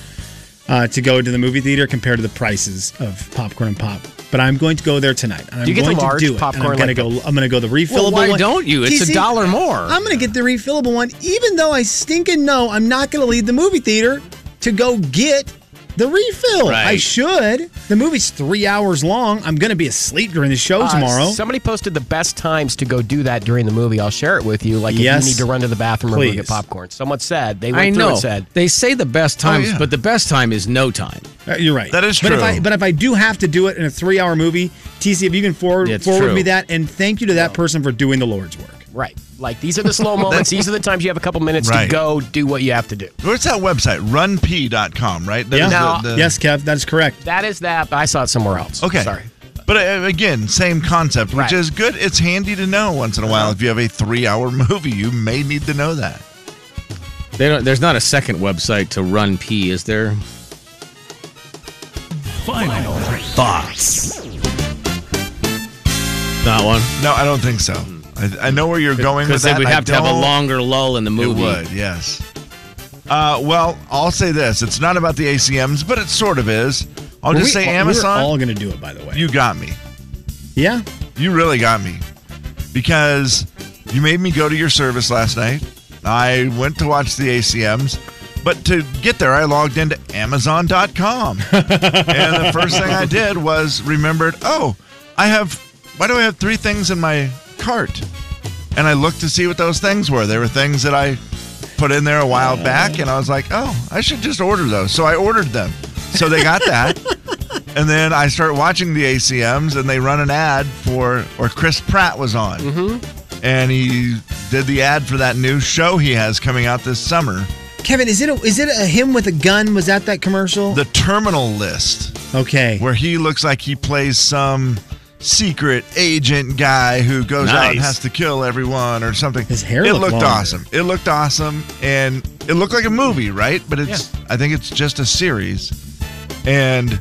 Speaker 5: uh, to go to the movie theater compared to the prices of popcorn and pop. But I'm going to go there tonight. And
Speaker 3: Do you get
Speaker 5: I'm
Speaker 3: the
Speaker 5: going
Speaker 3: large
Speaker 5: to do it.
Speaker 3: popcorn
Speaker 5: And I'm
Speaker 3: like
Speaker 5: going to go. I'm going to go the refillable.
Speaker 2: Well, why
Speaker 5: one.
Speaker 2: don't you? It's a
Speaker 5: TC,
Speaker 2: dollar more.
Speaker 5: I'm going to get the refillable one, even though I stinking know I'm not going to leave the movie theater to go get the refill. I
Speaker 2: Right.
Speaker 5: should. The movie's three hours long. I'm going to be asleep during the show
Speaker 3: Uh,
Speaker 5: tomorrow.
Speaker 3: somebody posted the best times to go do that during the movie. I'll share it with you. Like if
Speaker 5: Yes.
Speaker 3: you need to run to the bathroom or go get
Speaker 5: Please.
Speaker 3: popcorn. Someone said they went
Speaker 2: I
Speaker 3: through
Speaker 2: know.
Speaker 3: and said
Speaker 2: They say the best
Speaker 4: Oh,
Speaker 2: times,
Speaker 3: yeah.
Speaker 2: but the best time is no time.
Speaker 5: Uh, You're right.
Speaker 2: That is
Speaker 5: But if
Speaker 2: true.
Speaker 5: I, but if I do have to do it in a three hour movie, TC, if you can forward,
Speaker 2: It's
Speaker 5: forward
Speaker 2: true.
Speaker 5: me that, and thank you to that person for doing the Lord's work.
Speaker 3: right. Like these are the
Speaker 5: [LAUGHS]
Speaker 3: slow moments. These are the times you have a couple minutes
Speaker 4: Right.
Speaker 3: to go do what you have to do.
Speaker 4: Where's that website? Runp.com, right? That
Speaker 5: Yeah.
Speaker 4: is the-
Speaker 5: Now-
Speaker 4: the-
Speaker 5: Yes, Kev, that is correct.
Speaker 3: That is that. But I saw it somewhere else.
Speaker 4: Okay.
Speaker 3: Sorry. [LAUGHS]
Speaker 4: But uh, again, same concept, which
Speaker 3: Right. Uh-huh.
Speaker 4: is good. It's handy to know once in a while. If you have a three-hour [LAUGHS] movie, you may need to know that.
Speaker 2: They don't, there's not a second website to run P, is there?
Speaker 1: Final thoughts.
Speaker 2: Not one.
Speaker 4: No, I don't think so. I, I know where you're going with
Speaker 2: Because
Speaker 4: that.
Speaker 2: then we'd
Speaker 4: I
Speaker 2: have to have a
Speaker 4: don't-
Speaker 2: longer lull in the movie.
Speaker 4: It would, yes. Uh, well, I'll say this: it's not about the ACMs, but it sort of is. I'll
Speaker 5: Were
Speaker 4: just
Speaker 5: we-
Speaker 4: say
Speaker 5: we were
Speaker 4: Amazon.
Speaker 5: all going to do it, by the way.
Speaker 4: You got me.
Speaker 5: Yeah.
Speaker 4: You really got me. Because you made me go to your service last night. I went to watch the ACMs, but to get there, I logged into Amazon.com. and the first thing I did was remembered, oh, I have, why do I have three things in my cart? And I looked to see what those things were. They were things that I put in there a while back, and I was like, oh, I should just order those. So I ordered them. So they got that. And then I start watching the ACMs, and they run an ad for, or Chris Pratt was on. Mm-hmm. And he did the ad for that new show he has coming out this summer,
Speaker 5: Kevin, is it a, is it a him with a gun? Was that that commercial?
Speaker 4: The Terminal List.
Speaker 5: Okay.
Speaker 4: Where he looks like he plays some secret agent guy who goes out and
Speaker 5: Nice.
Speaker 4: has to kill everyone or something. His
Speaker 5: hair
Speaker 4: it
Speaker 5: looked
Speaker 4: looked
Speaker 5: longer.
Speaker 4: awesome. It looked awesome, and it looked like a movie, right? But it's I think it's just a series, and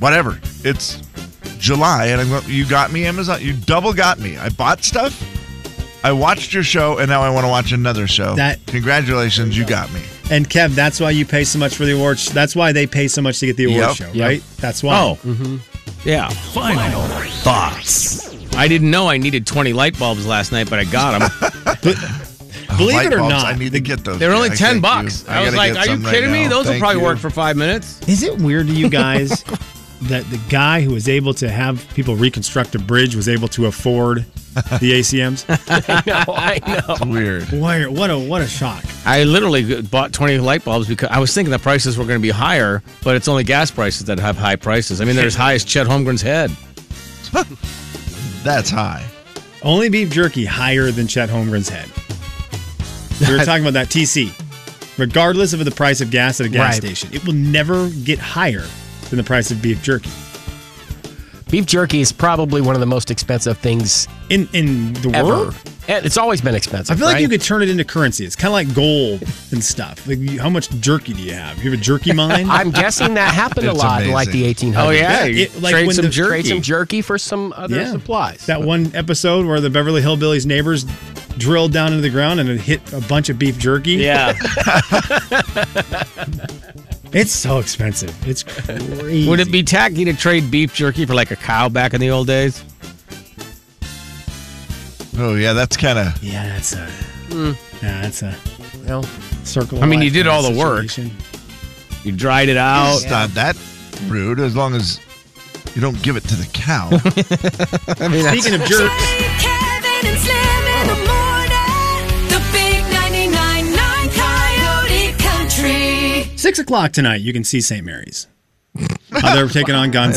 Speaker 4: whatever. It's July, and I'm go- you got me Amazon. You double got me. I bought stuff. I watched your show, and now I want to watch another show.
Speaker 5: That-
Speaker 4: congratulations, you got me.
Speaker 5: And Kev, that's why you pay so much for the awards. That's why they pay so much to get the award
Speaker 4: Yep.
Speaker 5: show,
Speaker 4: Yep.
Speaker 5: right? That's why.
Speaker 2: Oh. Yeah. Final thoughts. I didn't know I needed 20 light bulbs last night, but I got
Speaker 4: [LAUGHS]
Speaker 2: them.
Speaker 5: Believe
Speaker 4: Oh, Light
Speaker 5: it or
Speaker 4: bulbs,
Speaker 5: not,
Speaker 4: I need to get those.
Speaker 2: They're only
Speaker 4: guys.
Speaker 2: 10
Speaker 4: Thank
Speaker 2: bucks.
Speaker 4: you.
Speaker 2: I, was
Speaker 4: gotta
Speaker 2: like,
Speaker 4: get
Speaker 2: are you
Speaker 4: some right
Speaker 2: kidding me?
Speaker 4: now.
Speaker 2: Those will
Speaker 4: Thank
Speaker 2: probably
Speaker 4: you.
Speaker 2: work for five minutes.
Speaker 5: Is it weird to you guys [LAUGHS] that the guy who was able to have people reconstruct a bridge was able to afford the ACMs?
Speaker 3: I know.
Speaker 4: It's weird.
Speaker 5: Why, what a what a shock!
Speaker 2: I literally g- bought 20 light bulbs because I was thinking the prices were going to be higher, but it's only gas prices that have high prices. I mean, they're
Speaker 4: [LAUGHS]
Speaker 2: as high as Chet Holmgren's head.
Speaker 4: That's high.
Speaker 5: Only beef jerky higher than Chet Holmgren's head. We were talking about that TC. Regardless of the price of gas at a
Speaker 3: Right.
Speaker 5: gas station, it will never get higher than the price of beef jerky
Speaker 3: Beef jerky is probably one of the most expensive things
Speaker 5: in in the
Speaker 3: ever.
Speaker 5: world.
Speaker 3: And it's always been expensive.
Speaker 5: I feel like
Speaker 3: right?
Speaker 5: you could turn it into currency. It's kind of like gold and stuff. Like, you- how much jerky do you have? You have a
Speaker 3: [LAUGHS]
Speaker 5: jerky mine?
Speaker 3: I'm guessing that
Speaker 5: [LAUGHS]
Speaker 3: happened a
Speaker 4: It's
Speaker 3: lot in like the
Speaker 4: amazing.
Speaker 3: 1800s.
Speaker 2: Oh, yeah.
Speaker 5: Yeah, it- like
Speaker 2: Trade
Speaker 5: when
Speaker 2: some
Speaker 5: the-
Speaker 2: jerky.
Speaker 3: Trade some jerky for some other
Speaker 5: Yeah.
Speaker 3: supplies.
Speaker 5: that one episode where the Beverly Hillbillies neighbors drilled down into the ground and it hit a bunch of beef jerky.
Speaker 9: Yeah.
Speaker 5: [LAUGHS] It's so expensive. It's crazy.
Speaker 2: Would it be tacky to trade beef jerky for like a cow back in the old days?
Speaker 4: Oh yeah, that's kind of
Speaker 5: Yeah, that's a. Yeah, that's a
Speaker 3: Well,
Speaker 5: circle.
Speaker 2: Hmm. I mean, you did all the work. You dried it out.
Speaker 4: it's not that rude as long as you don't give it to the cow.
Speaker 5: Speaking
Speaker 2: [LAUGHS]
Speaker 5: of jerks,
Speaker 7: Kevin and Slim in the morning. The big 99.9 Coyote Country.
Speaker 5: six o'clock tonight, you can see St. Mary's. Uh, they're taking on Gonzaga.